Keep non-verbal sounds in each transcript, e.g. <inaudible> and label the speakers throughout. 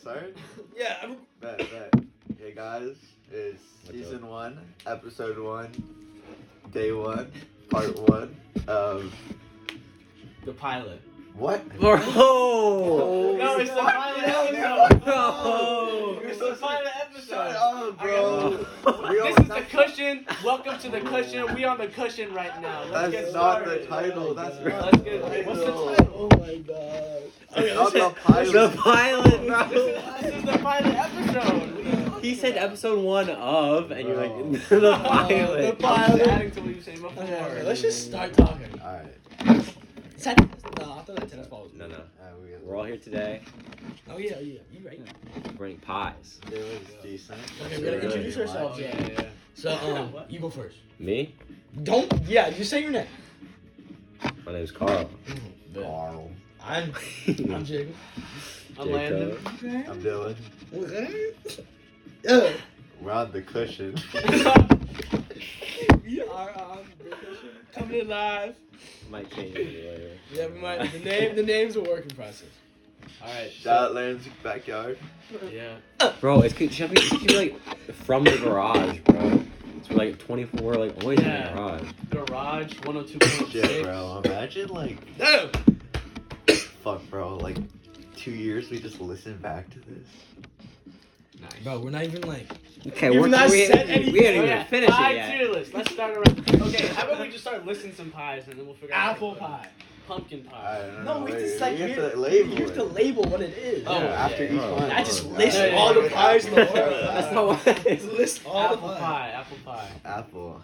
Speaker 1: start?
Speaker 2: Yeah, I'm,
Speaker 1: Bet, bet. Hey guys, it's
Speaker 3: What's
Speaker 1: season one, episode one, day one, part one of
Speaker 4: The pilot.
Speaker 1: what?
Speaker 3: Bro!
Speaker 4: No, it's the
Speaker 1: What?
Speaker 4: pilot
Speaker 1: Yeah,
Speaker 4: episode.
Speaker 3: No.
Speaker 4: It's
Speaker 1: You're
Speaker 4: the
Speaker 1: so
Speaker 4: pilot
Speaker 1: Shut
Speaker 4: episode.
Speaker 1: up, bro. We
Speaker 4: This
Speaker 1: are
Speaker 4: is the
Speaker 1: not-
Speaker 4: cushion. Welcome to the cushion. We on the cushion right now. Let's
Speaker 1: That's
Speaker 4: get
Speaker 1: not
Speaker 4: started.
Speaker 1: the
Speaker 2: Oh
Speaker 1: title. That's not
Speaker 4: Let's
Speaker 1: the
Speaker 4: get- what's the
Speaker 1: title.
Speaker 4: title?
Speaker 3: Oh my god.
Speaker 2: Oh,
Speaker 1: Not the
Speaker 3: The
Speaker 1: pilot.
Speaker 3: pilot,
Speaker 4: This
Speaker 3: bro.
Speaker 4: is, this is the pilot
Speaker 2: <laughs>
Speaker 4: episode.
Speaker 3: He said episode one of, and you're
Speaker 1: Bro.
Speaker 3: like, <laughs> the pilot.
Speaker 4: <laughs>
Speaker 2: The
Speaker 4: I'm just
Speaker 2: pilot.
Speaker 4: adding to what you said before.
Speaker 2: okay, let's just start talking.
Speaker 1: Alright.
Speaker 2: Set. No, I thought the tennis ball was.
Speaker 3: No, no.
Speaker 1: alright, uh, we got-
Speaker 3: We're all here today.
Speaker 2: Oh yeah, yeah, you right.
Speaker 3: We're eating pies.
Speaker 1: It was decent.
Speaker 2: Okay,
Speaker 3: we gotta introduce
Speaker 2: ourselves.
Speaker 4: Yeah, yeah.
Speaker 2: So um, <laughs> you go first.
Speaker 3: Me?
Speaker 2: Don't. Yeah, you say your name.
Speaker 3: My name's Carl.
Speaker 1: Carl.
Speaker 2: I'm. I'm Jacob.
Speaker 4: I'm Landon.
Speaker 2: Okay.
Speaker 1: I'm Dylan.
Speaker 2: Yeah.
Speaker 1: We're on the cushion. <laughs>
Speaker 2: We are um, on.
Speaker 4: <laughs> Coming in live.
Speaker 3: Might change it later.
Speaker 2: Yeah, we might. The name. The name's a work in process.
Speaker 4: All right.
Speaker 1: Shout out Landon's backyard.
Speaker 4: Yeah.
Speaker 3: Bro, it's it should be, it should be like from the garage, bro. It's like 24, like always
Speaker 4: Yeah.
Speaker 3: in the garage.
Speaker 4: Garage 102.6.
Speaker 1: Shit, bro. Imagine like
Speaker 2: No.
Speaker 1: Fuck, bro. Like, two years we just listen back to this.
Speaker 4: Nice.
Speaker 2: Bro, we're not even like.
Speaker 3: Okay,
Speaker 2: You've
Speaker 3: we're
Speaker 2: not
Speaker 3: we,
Speaker 2: said
Speaker 3: we,
Speaker 2: anything.
Speaker 3: we haven't
Speaker 4: Oh,
Speaker 3: even
Speaker 4: yeah.
Speaker 3: finished
Speaker 4: Pie
Speaker 3: it yet.
Speaker 4: tier list. Let's start around. Okay, how about we just start listing some pies and then we'll figure out.
Speaker 2: Apple pie.
Speaker 4: Pumpkin
Speaker 1: I
Speaker 4: pie.
Speaker 1: don't
Speaker 2: No,
Speaker 1: know,
Speaker 2: we
Speaker 1: Uh, wait,
Speaker 2: just like
Speaker 1: we
Speaker 2: we
Speaker 1: have to label
Speaker 2: You have to
Speaker 1: it.
Speaker 2: label what it is.
Speaker 4: Oh,
Speaker 1: yeah, after
Speaker 4: yeah,
Speaker 1: each
Speaker 4: yeah.
Speaker 1: one.
Speaker 2: I just
Speaker 1: Oh,
Speaker 2: list
Speaker 1: yeah, yeah,
Speaker 4: all the
Speaker 1: yeah. <laughs>
Speaker 2: pies in the
Speaker 1: Apple.
Speaker 2: world.
Speaker 3: That's not what it is.
Speaker 2: List all
Speaker 4: apple
Speaker 2: the
Speaker 4: pie.
Speaker 2: pie.
Speaker 4: Apple pie.
Speaker 1: Apple.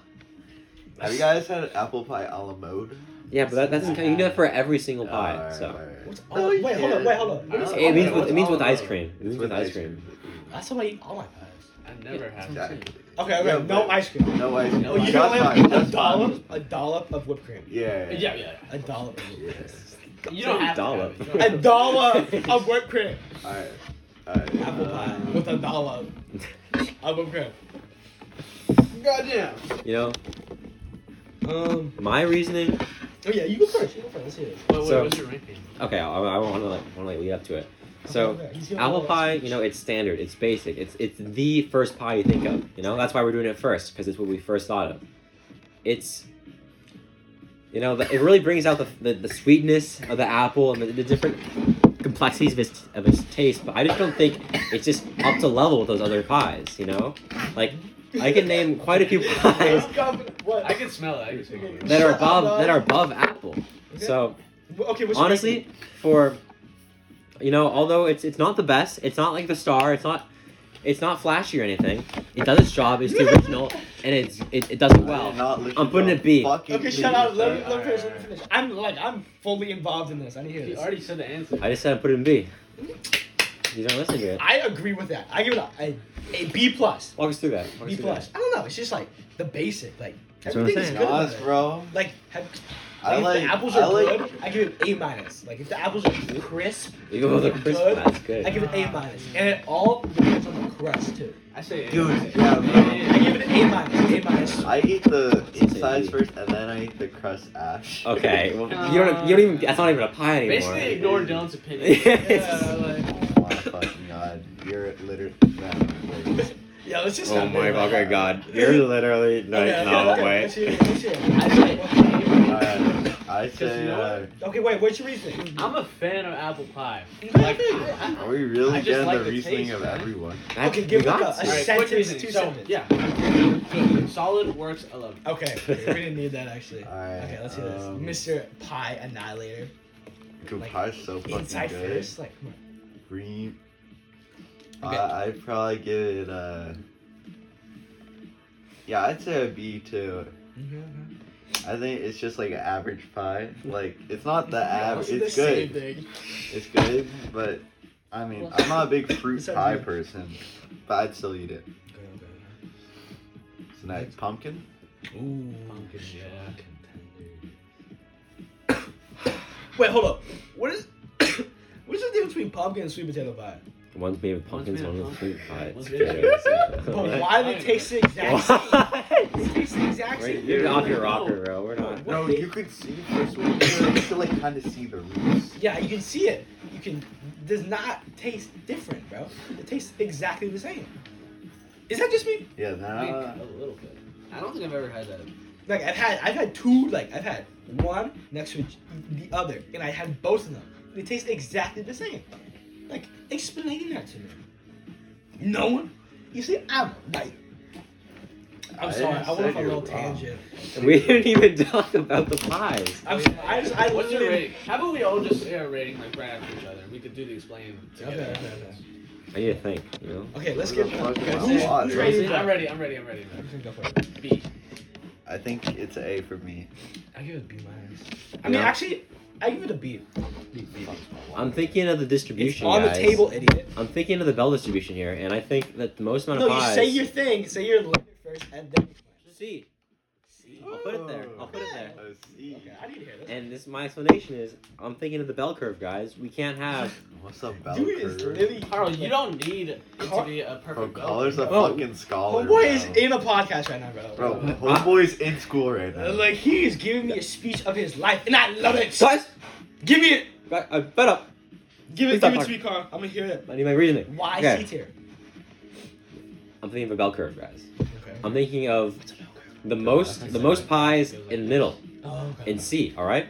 Speaker 1: Have you guys had apple pie a la mode?
Speaker 3: Yeah, but that, that's
Speaker 4: Yeah.
Speaker 3: kind of, you do that for every single pie.
Speaker 1: Alright,
Speaker 3: so
Speaker 1: alright.
Speaker 2: What's
Speaker 1: No,
Speaker 2: all-
Speaker 1: you
Speaker 2: wait, hold on,
Speaker 1: can't.
Speaker 2: wait, hold on. What is
Speaker 1: No,
Speaker 2: all-
Speaker 3: it means
Speaker 2: what's
Speaker 3: with, it means
Speaker 2: all
Speaker 3: with
Speaker 2: about
Speaker 3: ice
Speaker 2: it?
Speaker 3: cream. It
Speaker 1: It's
Speaker 3: means with ice cream.
Speaker 2: That's how I eat all my pies.
Speaker 4: I've never had that.
Speaker 1: Exactly.
Speaker 2: Okay, okay,
Speaker 1: Yeah,
Speaker 2: no
Speaker 1: but-
Speaker 2: ice cream.
Speaker 1: No ice
Speaker 4: No
Speaker 2: Oh,
Speaker 4: ice
Speaker 2: you don't
Speaker 4: cream.
Speaker 1: Just
Speaker 2: like
Speaker 1: fine,
Speaker 2: a
Speaker 1: just fine.
Speaker 2: dollop, a dollop of whipped cream.
Speaker 1: Yeah.
Speaker 4: Yeah, yeah.
Speaker 2: A dollop. of
Speaker 1: Yeah.
Speaker 2: whipped
Speaker 4: You don't have to have it.
Speaker 3: <laughs>
Speaker 4: You don't
Speaker 2: cream.
Speaker 4: <laughs> have
Speaker 2: A
Speaker 4: to.
Speaker 2: dollop of whipped cream.
Speaker 1: Alright. Alright. Uh,
Speaker 2: Apple pie with a dollop of whipped cream.
Speaker 4: Goddamn.
Speaker 3: <laughs> You know,
Speaker 2: Um.
Speaker 3: my reasoning.
Speaker 2: Oh yeah, you go first. You go first. Let's hear it.
Speaker 4: Wait, wait,
Speaker 3: So-
Speaker 4: what's your ranking?
Speaker 3: Okay, I, I want to like want to like lead up to it. So
Speaker 2: Okay, he's gonna
Speaker 3: apple
Speaker 2: go
Speaker 3: pie,
Speaker 2: last.
Speaker 3: you know, it's standard, it's basic, it's it's the first pie you think of. You know, that's why we're doing it first because it's what we first thought of. It's. You know, the- it really brings out the, the, the sweetness of the apple and the, the different complexities of its, of its taste, but I just don't think it's just up to level with those other pies, you know? Like, I can name quite a few pies
Speaker 2: <laughs> I'm confident. What?
Speaker 4: I can smell it. I can smell it.
Speaker 3: that are
Speaker 2: Shut up,
Speaker 3: above that
Speaker 2: dog.
Speaker 3: are above Apple. So
Speaker 2: Okay. What's your
Speaker 3: honestly,
Speaker 2: ranking?
Speaker 3: for you know, although it's it's not the best, it's not like the star, it's not it's not flashy or anything. It does its job, it's the
Speaker 2: <laughs>
Speaker 3: original, and it's it, it does it well. I'm putting a B.
Speaker 2: Okay, shut up. Let me, let me finish. Let me finish. I'm like, I'm fully involved in this. I need to hear
Speaker 4: He
Speaker 2: this.
Speaker 4: already said the answer.
Speaker 3: I just said I put it in B. You don't listen to it.
Speaker 2: I agree with that. I give it a, a, a B plus.
Speaker 3: Walk us through that. Walk us
Speaker 2: B
Speaker 3: through
Speaker 2: plus. I don't know. It's just like the basic. Like
Speaker 3: That's what I'm
Speaker 2: everything is
Speaker 3: saying.
Speaker 2: good. About
Speaker 1: Nas,
Speaker 2: it.
Speaker 1: bro.
Speaker 2: Like, have,
Speaker 1: I
Speaker 2: if
Speaker 1: like.
Speaker 2: the apples
Speaker 1: I
Speaker 2: are
Speaker 1: like.
Speaker 2: good, I give it A minus. Like if the apples are crisp,
Speaker 3: that. You go with the
Speaker 2: Good.
Speaker 3: crisp That's
Speaker 2: I
Speaker 3: good.
Speaker 2: give it A minus. And it all depends on the crust too.
Speaker 4: I say
Speaker 1: Dude, yeah, bro.
Speaker 2: I give it an A minus.
Speaker 1: <laughs>
Speaker 2: A minus.
Speaker 1: I eat the
Speaker 3: It's a
Speaker 1: insides
Speaker 3: B.
Speaker 1: first, and then I eat the crust Oh ash. <laughs>
Speaker 3: <laughs> Okay. Well, you
Speaker 2: Uh,
Speaker 3: don't. You don't even. That's not even a pie anymore. <laughs>
Speaker 4: Basically, ignore
Speaker 1: <laughs>
Speaker 4: Dylan's opinion.
Speaker 2: Yeah, like,
Speaker 1: Oh my fucking god, you're literally.
Speaker 2: yeah, let's just.
Speaker 3: Oh
Speaker 2: not do
Speaker 3: my
Speaker 2: it.
Speaker 3: fucking god. You're literally no,
Speaker 2: Okay, okay,
Speaker 3: no
Speaker 2: okay,
Speaker 3: way.
Speaker 2: let's hear it, let's hear it.
Speaker 4: I say
Speaker 1: Alright, I say.
Speaker 4: you know
Speaker 1: uh,
Speaker 2: Okay, wait. What's your reasoning?
Speaker 4: I'm a fan of apple pie.
Speaker 1: Are
Speaker 2: Like,
Speaker 1: we
Speaker 4: I
Speaker 1: really
Speaker 4: just
Speaker 1: getting
Speaker 4: like
Speaker 1: the,
Speaker 4: the
Speaker 1: reasoning
Speaker 4: taste,
Speaker 1: of
Speaker 4: man.
Speaker 1: everyone?
Speaker 3: That's-
Speaker 2: Okay, give
Speaker 3: you
Speaker 2: like
Speaker 3: got
Speaker 2: a- a
Speaker 3: to.
Speaker 2: sentence,
Speaker 4: quick reasoning.
Speaker 2: two
Speaker 4: So,
Speaker 2: sentences.
Speaker 4: Yeah. Good. Solid works. I love it.
Speaker 2: okay, we didn't need that actually.
Speaker 1: Alright.
Speaker 2: Okay, let's hear
Speaker 1: um,
Speaker 2: this. Mr. Pie Annihilator.
Speaker 1: Dude,
Speaker 2: Like,
Speaker 1: pie's so fucking
Speaker 2: Inside
Speaker 1: good.
Speaker 2: first, like come on.
Speaker 1: Green. Uh,
Speaker 2: Okay.
Speaker 1: I, I'd probably give it uh Yeah, I'd say a B too.
Speaker 2: Mm-hmm,
Speaker 1: I think it's just like an average pie. Like, it's not
Speaker 2: <laughs>
Speaker 1: the average.
Speaker 2: Wasn't
Speaker 1: It's
Speaker 2: the same
Speaker 1: good.
Speaker 2: thing.
Speaker 1: It's good, but I mean, I'm not a
Speaker 3: <laughs>
Speaker 1: big fruit
Speaker 2: Sounds
Speaker 1: pie
Speaker 2: good.
Speaker 1: person, but I'd still eat it. So next, pumpkin.
Speaker 2: Ooh.
Speaker 4: Pumpkin, yeah.
Speaker 2: Wait, hold up. What is <coughs> what is the difference between pumpkin and sweet potato pie?
Speaker 3: One's made with pumpkins,
Speaker 4: made
Speaker 3: one
Speaker 4: with
Speaker 3: with fruit
Speaker 4: pumpkin.
Speaker 3: pie.
Speaker 4: One's
Speaker 3: It's
Speaker 4: made
Speaker 1: with-
Speaker 2: But
Speaker 3: <laughs> good.
Speaker 2: why they taste the exact same? They taste the exact
Speaker 3: Wait,
Speaker 2: same.
Speaker 3: You're
Speaker 4: Yeah.
Speaker 3: off your rocker, bro. We're not.
Speaker 2: What
Speaker 1: no,
Speaker 2: the-
Speaker 1: you could see first one. You could like kind of see the roots.
Speaker 2: Yeah, you can see it. You can does not taste different, bro. It tastes exactly the same. Is that just me?
Speaker 1: Yeah, nah.
Speaker 4: a little bit. I don't think I've ever had that.
Speaker 2: Like I've had, I've had two. Like I've had one next to each- the other, and I had both of them. They taste exactly the same. Like explaining that to me. No one. You see, I'm right. I'm
Speaker 1: I
Speaker 2: sorry.
Speaker 1: didn't
Speaker 2: I
Speaker 1: say
Speaker 2: went off a
Speaker 1: you're
Speaker 2: little
Speaker 1: wrong.
Speaker 2: tangent.
Speaker 3: We didn't even talk about the pies.
Speaker 2: I'm, I just, I
Speaker 4: Oh, What's your
Speaker 2: literally-
Speaker 4: rating? How about we all just say our rating like right after each other? We could do the explain.
Speaker 2: Okay,
Speaker 4: together.
Speaker 2: okay, okay.
Speaker 3: I need to think. You know,
Speaker 2: Okay, let's
Speaker 1: We're
Speaker 2: get.
Speaker 1: gonna talk about
Speaker 2: Who's,
Speaker 1: water.
Speaker 2: who's
Speaker 1: Right.
Speaker 2: ready? to
Speaker 4: I'm
Speaker 2: go?
Speaker 4: ready. I'm ready. I'm ready.
Speaker 2: I'm just gonna go for it.
Speaker 4: B.
Speaker 1: I think it's an A for me.
Speaker 2: I give it a B minus. I mean,
Speaker 3: Yeah.
Speaker 2: actually, I give it a B.
Speaker 3: I'm thinking of the
Speaker 2: It's
Speaker 3: distribution.
Speaker 2: on the
Speaker 3: guys.
Speaker 2: table, idiot.
Speaker 3: I'm thinking of the bell distribution here, and I think that the most amount
Speaker 2: No,
Speaker 3: of
Speaker 2: you
Speaker 3: pies.
Speaker 2: say your thing. Say your letter first, and then.
Speaker 3: C. I'll put it there. I'll put it there.
Speaker 1: A C.
Speaker 2: Okay, I need to hear this.
Speaker 3: And this my explanation is I'm thinking of the bell curve, guys. We can't have
Speaker 2: <laughs>
Speaker 1: What's a bell
Speaker 2: Dude is
Speaker 1: curve?
Speaker 2: literally.
Speaker 4: Carl, you don't need it to
Speaker 2: Carl-
Speaker 4: be a
Speaker 1: Bro,
Speaker 4: perfect. vote.
Speaker 1: Collar's a
Speaker 3: Bro,
Speaker 1: fucking scholar.
Speaker 2: Homeboy is
Speaker 1: bro.
Speaker 2: in a podcast right now, bro.
Speaker 1: Bro, homeboy's in school right now.
Speaker 2: Uh, Like he is giving me a speech of his life, and I love it.
Speaker 3: guys.
Speaker 2: Give me it.
Speaker 3: guys, I'm fed uh, up.
Speaker 2: Give it.
Speaker 3: Stop
Speaker 2: Give it to
Speaker 3: talking.
Speaker 2: me, Carl. I'm gonna hear it.
Speaker 3: I need my reasoning.
Speaker 2: Why
Speaker 3: Okay.
Speaker 2: C tier?
Speaker 3: I'm thinking of a bell curve, guys.
Speaker 2: Okay.
Speaker 3: I'm thinking of the most the most pies in the middle
Speaker 2: Oh, okay.
Speaker 3: in C. All right.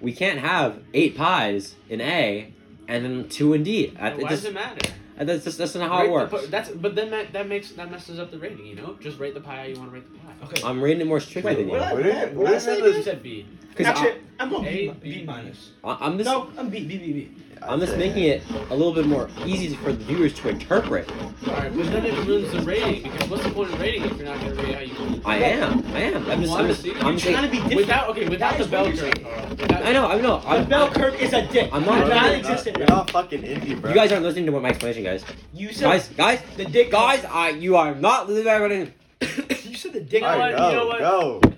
Speaker 3: We can't have eight pies in A and then two in D. I-
Speaker 4: Why
Speaker 3: it
Speaker 4: does
Speaker 3: just-
Speaker 4: it matter?
Speaker 3: That's just that's not how it
Speaker 4: Rate the
Speaker 3: works.
Speaker 4: pi- that's but then that, that makes that messes up the rating. You know, just rate the pie how you want to rate the pie.
Speaker 2: Okay.
Speaker 3: I'm rating it more strictly
Speaker 2: Wait,
Speaker 3: than
Speaker 2: what
Speaker 3: you.
Speaker 2: I-
Speaker 1: What
Speaker 2: what
Speaker 1: is-
Speaker 2: I-
Speaker 1: what
Speaker 2: what I
Speaker 1: is
Speaker 2: say
Speaker 1: it
Speaker 4: You
Speaker 2: is-
Speaker 4: said B.
Speaker 3: Because
Speaker 2: Actually, I'm gonna B,
Speaker 4: A,
Speaker 2: B
Speaker 4: B.
Speaker 2: minus.
Speaker 3: I'm just
Speaker 2: No, I'm B, B, B, B.
Speaker 3: I'm just making it a little bit more easy for the viewers to interpret.
Speaker 4: All right, but then it ruins the rating because what's the point of rating if you're not gonna rate how you want?
Speaker 3: I am. I am. I'm just. I'm just. I'm
Speaker 2: Trying
Speaker 3: just
Speaker 2: to be different.
Speaker 4: Without okay, without
Speaker 2: That
Speaker 4: the
Speaker 2: is
Speaker 4: bell
Speaker 2: what you're
Speaker 4: curve. Carl. Without-
Speaker 3: I know. I know.
Speaker 2: The
Speaker 3: I'm,
Speaker 2: bell curve is a dick.
Speaker 3: I'm not-
Speaker 1: Bro,
Speaker 2: non
Speaker 1: you're
Speaker 2: existent.
Speaker 1: You're not fucking indie, bro.
Speaker 3: you guys aren't listening to what my explanation, guys.
Speaker 2: You said
Speaker 3: Guys, guys,
Speaker 2: the dick.
Speaker 3: guys. I. You are not listening. to everything.
Speaker 2: <laughs> you said the dick.
Speaker 4: You know
Speaker 1: All
Speaker 2: curve.
Speaker 1: right,
Speaker 4: what, you know
Speaker 1: go,
Speaker 4: what?
Speaker 1: go.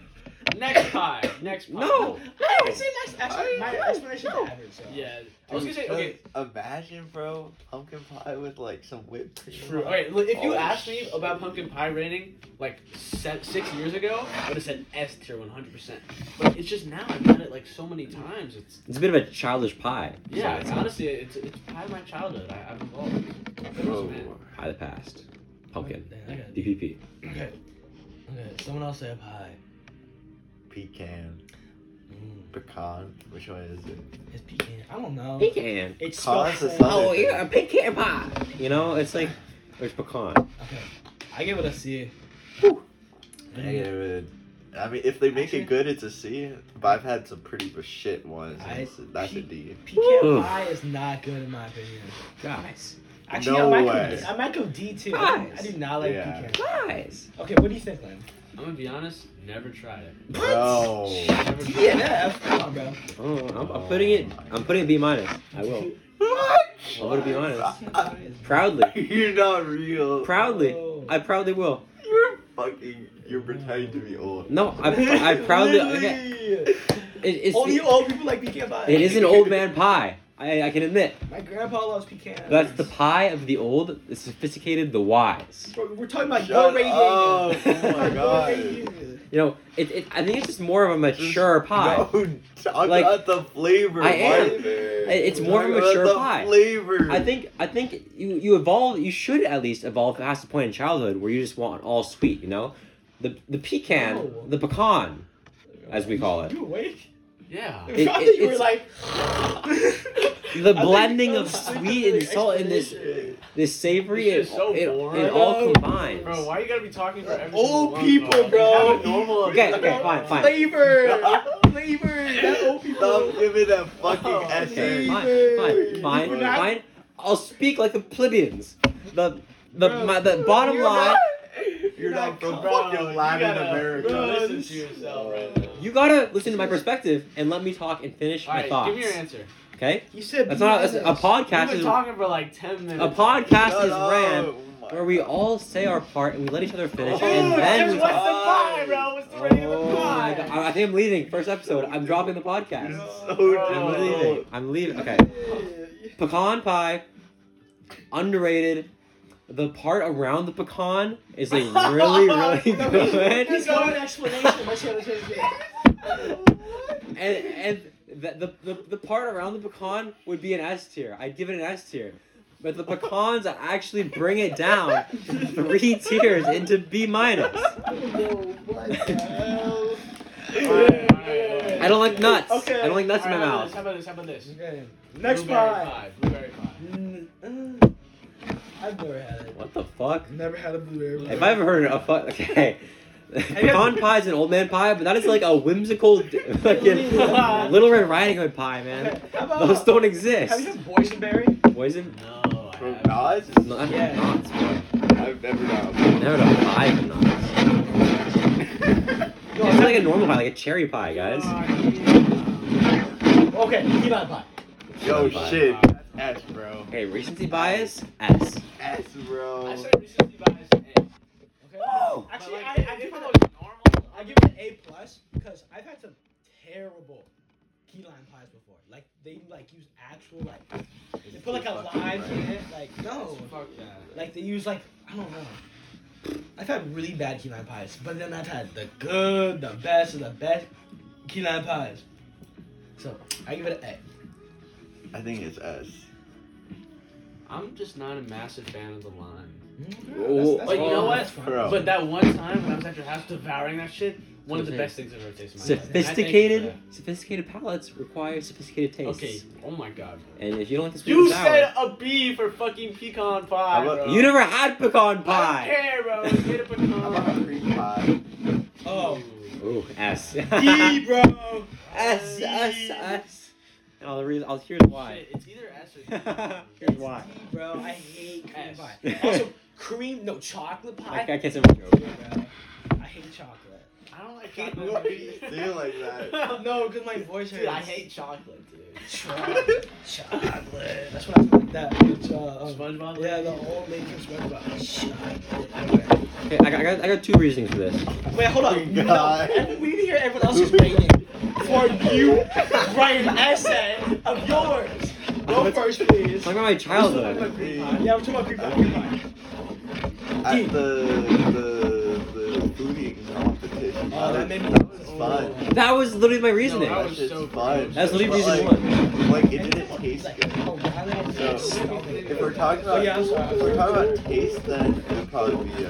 Speaker 4: Next pie. Next pie.
Speaker 3: No.
Speaker 2: I would say next. Actually, my
Speaker 1: No.
Speaker 2: explanation is average. So.
Speaker 4: Yeah. I was gonna say
Speaker 1: Dude,
Speaker 4: okay.
Speaker 1: Uh, Imagine, bro, pumpkin pie with like some whipped cream.
Speaker 2: True.
Speaker 1: on it.
Speaker 4: Okay, look, if you
Speaker 1: Oh,
Speaker 4: asked me
Speaker 1: shit.
Speaker 4: about pumpkin pie rating like se- six years ago, I would have said S tier 100%. But it's just now I've done it like so many times. It's
Speaker 3: It's a bit of a childish pie.
Speaker 4: yeah, it's
Speaker 3: Sorry.
Speaker 4: honestly it's it's pie of my childhood. I, I've evolved.
Speaker 3: Oh,
Speaker 1: Bro,
Speaker 3: Pie of the past. Pumpkin.
Speaker 2: Okay.
Speaker 3: DPP.
Speaker 2: Okay. Okay. Someone else say up high.
Speaker 1: pecan,
Speaker 2: Mm.
Speaker 1: pecan. Which one is it?
Speaker 2: It's pecan. I don't know.
Speaker 3: Pecan.
Speaker 2: It's
Speaker 1: Cause
Speaker 2: spelled
Speaker 1: is
Speaker 2: full.
Speaker 1: something.
Speaker 3: Oh, yeah, a pecan pie. You know, it's like there's pecan.
Speaker 2: Okay. I give it a C.
Speaker 3: Whew.
Speaker 1: Negative. I mean, if they make
Speaker 2: Actually-
Speaker 1: it good, it's a C. But I've had some pretty shit ones. and
Speaker 2: I-
Speaker 1: it's- that's a D.
Speaker 2: Pecan
Speaker 3: Oof.
Speaker 2: pie is not good in my opinion.
Speaker 3: Guys,
Speaker 2: Actually,
Speaker 1: No
Speaker 2: I, might Go,
Speaker 1: way.
Speaker 2: D- I might go D too.
Speaker 3: Guys.
Speaker 2: I do not like
Speaker 1: Yeah.
Speaker 2: pecan.
Speaker 3: guys.
Speaker 2: Okay, what do you think, Len?
Speaker 4: I'm gonna be honest, never tried
Speaker 3: <laughs>
Speaker 4: it.
Speaker 1: Bro.
Speaker 4: Never tried it.
Speaker 2: DNF. Come on, bro.
Speaker 3: Oh, I'm, I'm putting it. I'm putting it B minus. I will. I will be honest. Proudly.
Speaker 1: <laughs> You're not real.
Speaker 3: Proudly.
Speaker 2: Oh.
Speaker 3: I proudly will.
Speaker 1: You're fucking. You're pretending to be old.
Speaker 3: No, I, I proudly. Okay.
Speaker 2: Literally.
Speaker 3: It, it's,
Speaker 2: Only old people like pecan pie.
Speaker 3: it is an old man pie. I, I can admit.
Speaker 2: My grandpa loves pecan.
Speaker 3: That's the pie of the old, the sophisticated, the wise.
Speaker 2: Bro, we're talking about
Speaker 1: Shut
Speaker 2: your rating.
Speaker 1: up.
Speaker 3: Oh
Speaker 2: <laughs>
Speaker 3: my
Speaker 1: God.
Speaker 3: You know, it, it, I think it's just more of a mature pie.
Speaker 1: No, <laughs> talk
Speaker 3: Like,
Speaker 1: about the flavor.
Speaker 3: I am.
Speaker 1: white man.
Speaker 3: I- it's more
Speaker 1: Talk
Speaker 3: of a
Speaker 1: about
Speaker 3: mature
Speaker 1: the
Speaker 3: pie.
Speaker 1: Flavor.
Speaker 3: I think I think you you evolve. You should at least evolve past the point in childhood where you just want all sweet. You know, the the pecan,
Speaker 2: No.
Speaker 3: the pecan. As we call it.
Speaker 2: You awake?
Speaker 4: Yeah.
Speaker 2: I
Speaker 3: It-
Speaker 2: thought
Speaker 3: it-
Speaker 2: you were
Speaker 3: it's-
Speaker 2: like.
Speaker 3: <laughs> The
Speaker 2: I think
Speaker 3: blending
Speaker 2: I'm
Speaker 3: of
Speaker 2: sleeping
Speaker 3: sweet
Speaker 2: with
Speaker 3: and salt in this
Speaker 2: explanation.
Speaker 3: this savory
Speaker 4: This
Speaker 3: it,
Speaker 4: is so
Speaker 3: it,
Speaker 4: boring.
Speaker 3: it all
Speaker 2: No.
Speaker 3: combines.
Speaker 4: Bro, why you gotta be talking for every
Speaker 2: Old
Speaker 4: single one,
Speaker 2: people, bro.
Speaker 4: Have a normal
Speaker 3: Okay,
Speaker 4: opinion.
Speaker 3: okay, fine, fine.
Speaker 2: Flavor, flavor. That old people.
Speaker 1: Stop giving that fucking
Speaker 4: Oh,
Speaker 3: Okay,
Speaker 1: essay.
Speaker 3: fine,
Speaker 2: Flavor.
Speaker 3: fine, fine,
Speaker 2: We're not-
Speaker 3: fine. I'll speak like the plebeians. The the
Speaker 2: Bro,
Speaker 3: my, the bottom
Speaker 2: you're
Speaker 3: line.
Speaker 1: You're not from
Speaker 4: Bro,
Speaker 1: fucking
Speaker 4: you
Speaker 1: Latin
Speaker 4: gotta
Speaker 1: America.
Speaker 4: Listen to yourself right now.
Speaker 3: You gotta listen to my perspective and let me talk and finish
Speaker 4: All
Speaker 3: my
Speaker 4: right,
Speaker 3: thoughts.
Speaker 4: give me your answer.
Speaker 3: Okay,
Speaker 2: You said.
Speaker 3: that's not that's, a
Speaker 4: We've
Speaker 3: podcast
Speaker 4: been
Speaker 3: is
Speaker 4: talking for like ten minutes.
Speaker 3: a podcast
Speaker 1: Shut
Speaker 3: is
Speaker 1: up.
Speaker 3: ran
Speaker 1: Oh my
Speaker 3: where we
Speaker 1: God.
Speaker 3: all say our part and we let each other finish
Speaker 4: Oh,
Speaker 2: Dude,
Speaker 3: and then
Speaker 2: just
Speaker 3: we
Speaker 2: what's
Speaker 3: talk.
Speaker 1: pie,
Speaker 3: <laughs>
Speaker 4: bro? What's
Speaker 3: Oh my God. I I think I'm leaving. First episode. I'm dropping the podcast.
Speaker 4: Oh,
Speaker 1: So
Speaker 3: I'm
Speaker 4: No.
Speaker 3: leaving.
Speaker 1: <laughs>
Speaker 3: I'm leaving. Okay. Pecan pie, underrated. The part around the pecan is like really, really
Speaker 4: <laughs>
Speaker 3: good.
Speaker 2: There's no explanation. What's your
Speaker 3: And and that the, the the part around the pecan would be an S tier. I'd give it an S tier. But the pecans actually bring it
Speaker 4: <laughs>
Speaker 3: down three tiers into B minus. I don't like nuts.
Speaker 2: Okay.
Speaker 3: I don't like nuts in my
Speaker 4: Alright,
Speaker 3: mouth.
Speaker 4: How about this? How about this?
Speaker 2: Okay. Next
Speaker 4: Blueberry
Speaker 2: pie.
Speaker 4: Blueberry pie.
Speaker 2: Mm, uh, I've never had it.
Speaker 3: What the fuck?
Speaker 2: I've never had a blueberry.
Speaker 3: If I ever heard of a fuck, <laughs> okay.
Speaker 2: you-
Speaker 3: Pecan pie is an old man pie, but that is like a whimsical d- <laughs>
Speaker 4: <laughs>
Speaker 3: fucking Little Red Riding Hood pie, man.
Speaker 2: Okay, how about,
Speaker 3: Those don't
Speaker 2: have you
Speaker 3: exist.
Speaker 2: had boysenberry?
Speaker 3: Poison?
Speaker 4: No, I
Speaker 1: From
Speaker 4: haven't.
Speaker 1: Nas?
Speaker 3: No, I've
Speaker 2: Yeah.
Speaker 3: had nuts, bro.
Speaker 1: I've never got one.
Speaker 3: Never had a pie from nuts.
Speaker 4: <laughs>
Speaker 2: No,
Speaker 3: It's
Speaker 2: I've
Speaker 3: like a normal pie, like a cherry pie, guys.
Speaker 2: had- Okay, key lime pie.
Speaker 1: Yo,
Speaker 3: Bye.
Speaker 1: shit. That's S, bro.
Speaker 3: Okay, recency bias, S.
Speaker 1: S,
Speaker 4: I
Speaker 1: bro.
Speaker 4: said recently biased A.
Speaker 2: Okay.
Speaker 3: Whoa!
Speaker 2: Actually,
Speaker 4: But,
Speaker 2: I, I,
Speaker 4: like, if
Speaker 2: give
Speaker 4: it
Speaker 2: it
Speaker 4: was
Speaker 2: a,
Speaker 4: normal,
Speaker 2: I give it an A plus because I've had some terrible key lime pies before. Like they like use actual like they put like a lime in it. Like no,
Speaker 4: Fuck that.
Speaker 2: like they use like I don't know. I've had really bad key lime pies, but then I've had the good, the best of the best key lime pies. So I give it an A.
Speaker 1: I think it's S.
Speaker 4: I'm just not a massive fan of the lime.
Speaker 3: Ooh.
Speaker 4: But you know what?
Speaker 1: Bro.
Speaker 4: But that one time when I was at your house devouring that shit, one of the
Speaker 3: Mhm.
Speaker 4: best things I've ever tasted. in my life. And I thank you
Speaker 3: Sophisticated,
Speaker 4: for
Speaker 3: sophisticated palates require sophisticated
Speaker 4: that.
Speaker 3: tastes.
Speaker 4: Okay. Oh my god. bro.
Speaker 3: And if you don't like the sweet
Speaker 4: You
Speaker 3: and sour,
Speaker 4: said a B for fucking pecan pie.
Speaker 1: How about-
Speaker 4: bro.
Speaker 3: you never had pecan
Speaker 4: I don't
Speaker 3: pie.
Speaker 4: care, bro. Get a
Speaker 1: How
Speaker 4: <laughs>
Speaker 1: about a
Speaker 4: pecan.
Speaker 1: cream pie?
Speaker 2: Oh.
Speaker 3: Ooh,
Speaker 4: <laughs>
Speaker 3: S. <laughs>
Speaker 2: D,
Speaker 3: S,
Speaker 2: bro.
Speaker 3: S,
Speaker 4: D.
Speaker 3: S. And I'll read. I'll here's why.
Speaker 4: Shit, it's either S
Speaker 3: <laughs>
Speaker 4: or D.
Speaker 3: Here's why.
Speaker 2: D, bro. I hate cream
Speaker 4: S.
Speaker 2: pie. <laughs> Also, cream, no chocolate
Speaker 3: I,
Speaker 2: pie.
Speaker 3: I can't say much.
Speaker 2: Bro, I hate chocolate.
Speaker 4: I don't like
Speaker 1: Why
Speaker 4: <laughs> chocolate.
Speaker 1: do you do like
Speaker 4: <laughs>
Speaker 1: that?
Speaker 2: <laughs> No, because my voice hurts.
Speaker 4: Dude, I hate chocolate,
Speaker 2: <laughs>
Speaker 4: dude.
Speaker 2: chocolate. chocolate. That's what I feel like that. bitch, uh, um,
Speaker 4: SpongeBob.
Speaker 2: yeah, the old lady from SpongeBob. Chocolate.
Speaker 3: Okay, I got, I got. I got two reasonings for this.
Speaker 2: Wait, hold on.
Speaker 1: Good God.
Speaker 2: No, we need to hear everyone else's rating for you write an essay of yours. Go first, please.
Speaker 3: Talking about my childhood.
Speaker 2: Yeah, we're talking about cream pie. cream pie.
Speaker 1: At the the the food eating competition.
Speaker 2: Oh, that
Speaker 1: was-
Speaker 2: made me-
Speaker 1: that was fun.
Speaker 3: That was literally my reasoning.
Speaker 4: No, that
Speaker 1: That
Speaker 4: was
Speaker 1: shit's
Speaker 4: so
Speaker 1: fun.
Speaker 4: gross.
Speaker 3: That's literally
Speaker 1: But,
Speaker 3: reason
Speaker 1: like,
Speaker 3: one.
Speaker 1: Like it didn't taste good.
Speaker 2: Oh, I don't
Speaker 1: So,
Speaker 2: Stop it.
Speaker 1: If we're talking about
Speaker 2: Oh, yeah, I'm sorry.
Speaker 1: if we're talking about taste, then it would probably be a,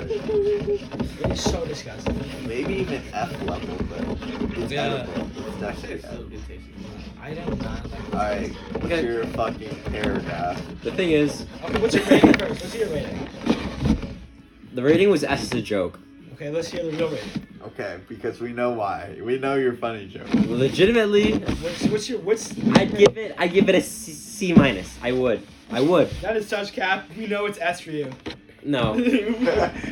Speaker 2: It's so disgusting.
Speaker 1: maybe even F level, but it's
Speaker 2: Yeah.
Speaker 1: edible. It's actually
Speaker 4: It's so
Speaker 1: edible.
Speaker 4: good tasting.
Speaker 2: I don't know.
Speaker 1: Alright, what's
Speaker 3: Okay.
Speaker 1: your fucking paragraph?
Speaker 3: The thing is,
Speaker 2: Okay, what's your rating first? Let's hear your rating.
Speaker 3: the rating was S is a joke.
Speaker 2: Okay, let's hear the real rating.
Speaker 1: Okay, because we know why. We know your funny joke. <laughs>
Speaker 2: <laughs>
Speaker 3: Legitimately,
Speaker 2: What's, what's your what's?
Speaker 3: I'd give it. I give it a C, C minus. I would. I would.
Speaker 2: That is such cap. We know it's S for you.
Speaker 3: No.
Speaker 4: <laughs>
Speaker 1: That's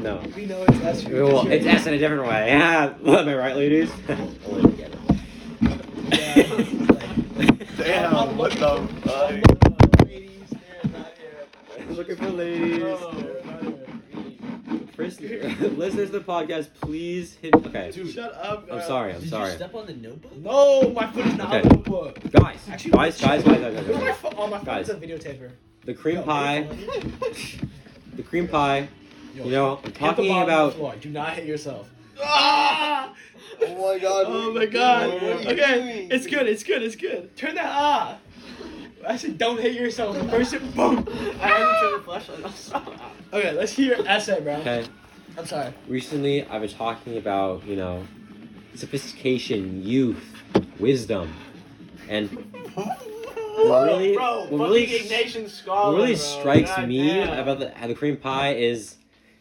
Speaker 3: No.
Speaker 2: We know it's S for you.
Speaker 3: Well,
Speaker 2: That's
Speaker 3: it's
Speaker 2: your-
Speaker 3: S in a different way. <laughs> Yeah, am I right, ladies? <laughs>
Speaker 1: Damn, what the fuck?
Speaker 2: Ladies, they're not here.
Speaker 3: Looking for ladies. First, listeners to the podcast, please hit. Okay,
Speaker 4: Dude, uh,
Speaker 2: Shut up,
Speaker 3: I'm
Speaker 2: girl.
Speaker 3: sorry. I'm
Speaker 4: Did you
Speaker 3: sorry,
Speaker 4: step on the notebook?
Speaker 2: No, my foot is not
Speaker 3: Okay.
Speaker 2: on the book.
Speaker 3: guys.
Speaker 2: Actually,
Speaker 3: Guys, guys, guys, guys,
Speaker 2: Look at my
Speaker 4: <laughs>
Speaker 3: guys.
Speaker 2: phone. Oh, my phone
Speaker 3: Guys.
Speaker 2: is a videotaper.
Speaker 3: The cream
Speaker 2: Yo,
Speaker 3: pie. The cream pie.
Speaker 2: Yo,
Speaker 3: You know, I'm
Speaker 2: hit the bottom
Speaker 3: talking
Speaker 2: of the
Speaker 3: about.
Speaker 2: floor. Do not hit yourself.
Speaker 4: <laughs> Ah!
Speaker 1: Oh my god.
Speaker 2: Oh
Speaker 1: what
Speaker 2: my
Speaker 1: are you
Speaker 2: god.
Speaker 1: doing? What are you
Speaker 2: Okay,
Speaker 1: doing?
Speaker 2: it's good, it's good, it's good. Turn that off. I said don't hit yourself. First it boom.
Speaker 4: I haven't turned the flashlight off. so- <laughs>
Speaker 2: Okay, let's hear your essay, bro.
Speaker 3: Okay.
Speaker 2: I'm sorry.
Speaker 3: Recently, I've been talking about you know, sophistication, youth, wisdom, and what really,
Speaker 4: bro,
Speaker 3: what
Speaker 4: fucking
Speaker 3: really
Speaker 4: Ignatian
Speaker 3: what
Speaker 4: scholar.
Speaker 3: really
Speaker 4: Oh, bro.
Speaker 3: strikes
Speaker 4: God
Speaker 3: me
Speaker 4: damn.
Speaker 3: about the, how the cream pie is,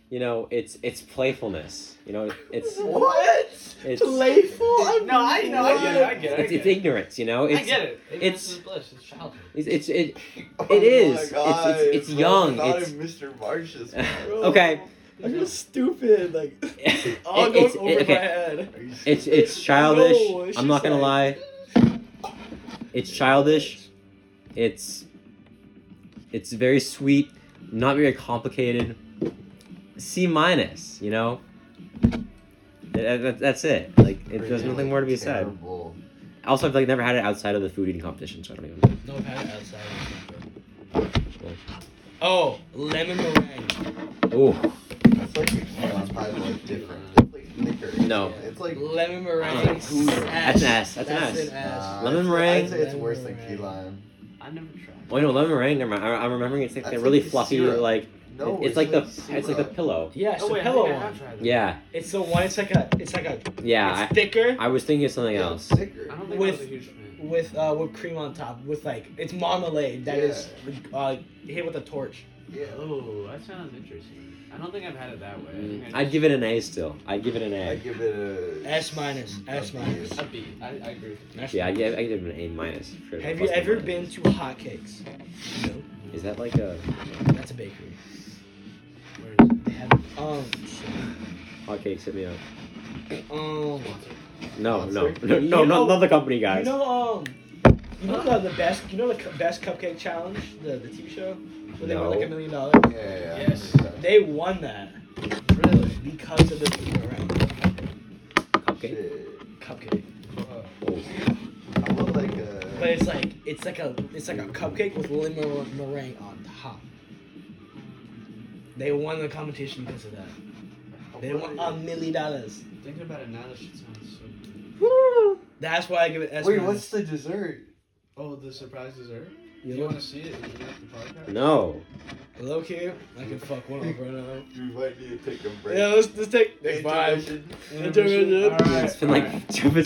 Speaker 3: you know, it's it's playfulness. You know, it's
Speaker 2: What?
Speaker 3: it's
Speaker 2: Playful?
Speaker 4: No, I know, I get it, I get it.
Speaker 3: it's, it's ignorance. You know,
Speaker 4: I
Speaker 3: it's
Speaker 4: get it.
Speaker 3: it's-
Speaker 4: Ignorance is bliss. It's childhood.
Speaker 3: it's it's it, <laughs>
Speaker 1: Oh
Speaker 3: It is.
Speaker 1: my
Speaker 3: It's-
Speaker 1: God,
Speaker 3: it's- it's
Speaker 1: bro,
Speaker 3: young,
Speaker 1: Not
Speaker 3: it's-
Speaker 1: in Mr. Marsh's.
Speaker 2: <laughs> Bro,
Speaker 3: okay.
Speaker 4: Oh,
Speaker 2: I'm just stupid. Like,
Speaker 3: <laughs> It-
Speaker 2: all
Speaker 3: it's-
Speaker 2: goes
Speaker 3: it-
Speaker 2: over
Speaker 3: okay.
Speaker 2: my head.
Speaker 3: It's it's childish.
Speaker 2: No, it's
Speaker 3: I'm not
Speaker 2: just
Speaker 3: gonna lie. It's childish. It's it's very sweet, not very complicated. C minus, you know. That- that- that's it. Like it, there's nothing more to be said.
Speaker 1: Terrible.
Speaker 3: Also, I've like never had it outside of the food eating competition, so I don't even. Know.
Speaker 2: No pad outside. Oh, lemon meringue.
Speaker 3: Oh,
Speaker 1: That's like a pie, like different. It's like thicker curry.
Speaker 3: No.
Speaker 1: It's like
Speaker 2: lemon meringue.
Speaker 3: Like,
Speaker 1: who-
Speaker 3: That's an ass. That's an ass.
Speaker 1: nah,
Speaker 3: Lemon
Speaker 1: uh, it's-
Speaker 3: meringue?
Speaker 1: I'd say it's worse than key
Speaker 2: Lemon
Speaker 1: lime.
Speaker 4: I never tried.
Speaker 3: Oh no, lemon meringue. Never mind. I, I'm remembering it's like
Speaker 1: That's
Speaker 3: they're
Speaker 1: like
Speaker 3: really
Speaker 1: the
Speaker 3: fluffy.
Speaker 1: syrup.
Speaker 3: Like
Speaker 1: No,
Speaker 3: it's like the it's
Speaker 1: syrup.
Speaker 3: like the pillow.
Speaker 2: Yeah, it's
Speaker 4: Oh,
Speaker 2: the
Speaker 4: wait, I
Speaker 2: pillow
Speaker 4: think I have
Speaker 2: one.
Speaker 4: tried that.
Speaker 3: Yeah,
Speaker 2: It's the one. It's like a. It's like a.
Speaker 3: yeah.
Speaker 2: It's thicker
Speaker 3: I, I was thinking of something
Speaker 1: Yeah,
Speaker 3: else.
Speaker 4: I
Speaker 1: thicker.
Speaker 4: don't think I was a huge fan.
Speaker 2: with uh, whipped cream on top. With like it's marmalade that is uh, hit with a torch.
Speaker 1: Yeah.
Speaker 4: Oh, that sounds interesting. I don't think I've had it that way. I think I
Speaker 3: I'd
Speaker 4: just-
Speaker 3: give it an A still. I'd give it an
Speaker 1: I
Speaker 3: A.
Speaker 1: give it a
Speaker 2: S minus. S
Speaker 1: a
Speaker 2: minus.
Speaker 1: B.
Speaker 4: A B. I, I agree. with you.
Speaker 2: S
Speaker 3: Yeah, I give I give it an A minus. for
Speaker 2: Have you
Speaker 3: plus or
Speaker 2: ever
Speaker 3: minus.
Speaker 2: been to hotcakes? No.
Speaker 3: Is that like a
Speaker 2: That's a bakery.
Speaker 4: Where is it?
Speaker 2: They have um
Speaker 3: hotcakes? Hit me up.
Speaker 2: um.
Speaker 3: No, no,
Speaker 1: Sponsor.
Speaker 3: no, no,
Speaker 2: You
Speaker 3: not,
Speaker 2: know-
Speaker 3: not the company guys.
Speaker 2: You know um. You know the, the best. You know the cu- best cupcake challenge, the the TV show, where they
Speaker 3: No.
Speaker 2: won like a million dollars.
Speaker 1: Yeah, yeah, yeah.
Speaker 4: Yes.
Speaker 2: They won that
Speaker 4: Really?
Speaker 2: because of the people around
Speaker 3: Cupcake.
Speaker 1: Shit.
Speaker 2: cupcake.
Speaker 3: Oh,
Speaker 1: I want like
Speaker 2: But
Speaker 1: a.
Speaker 2: it's like it's like a it's like a cupcake with lemon meringue on top. They won the competition because of that. They won a million dollars.
Speaker 4: Thinking about it now, that shit sounds so good.
Speaker 2: That's why I give it S.
Speaker 1: Wait,
Speaker 2: minus.
Speaker 1: what's the dessert?
Speaker 4: Oh, the surprise dessert?
Speaker 2: You
Speaker 4: You
Speaker 2: know,
Speaker 4: want to see it? Is it like the podcast?
Speaker 3: no.
Speaker 2: low key, I can fuck one over another.
Speaker 1: You might need to take a break.
Speaker 2: Yeah, let's, let's take
Speaker 1: Hey,
Speaker 2: five.
Speaker 1: Jonathan.
Speaker 2: Intermission.
Speaker 4: All right,
Speaker 3: It's been
Speaker 4: all
Speaker 3: like
Speaker 4: right.
Speaker 3: two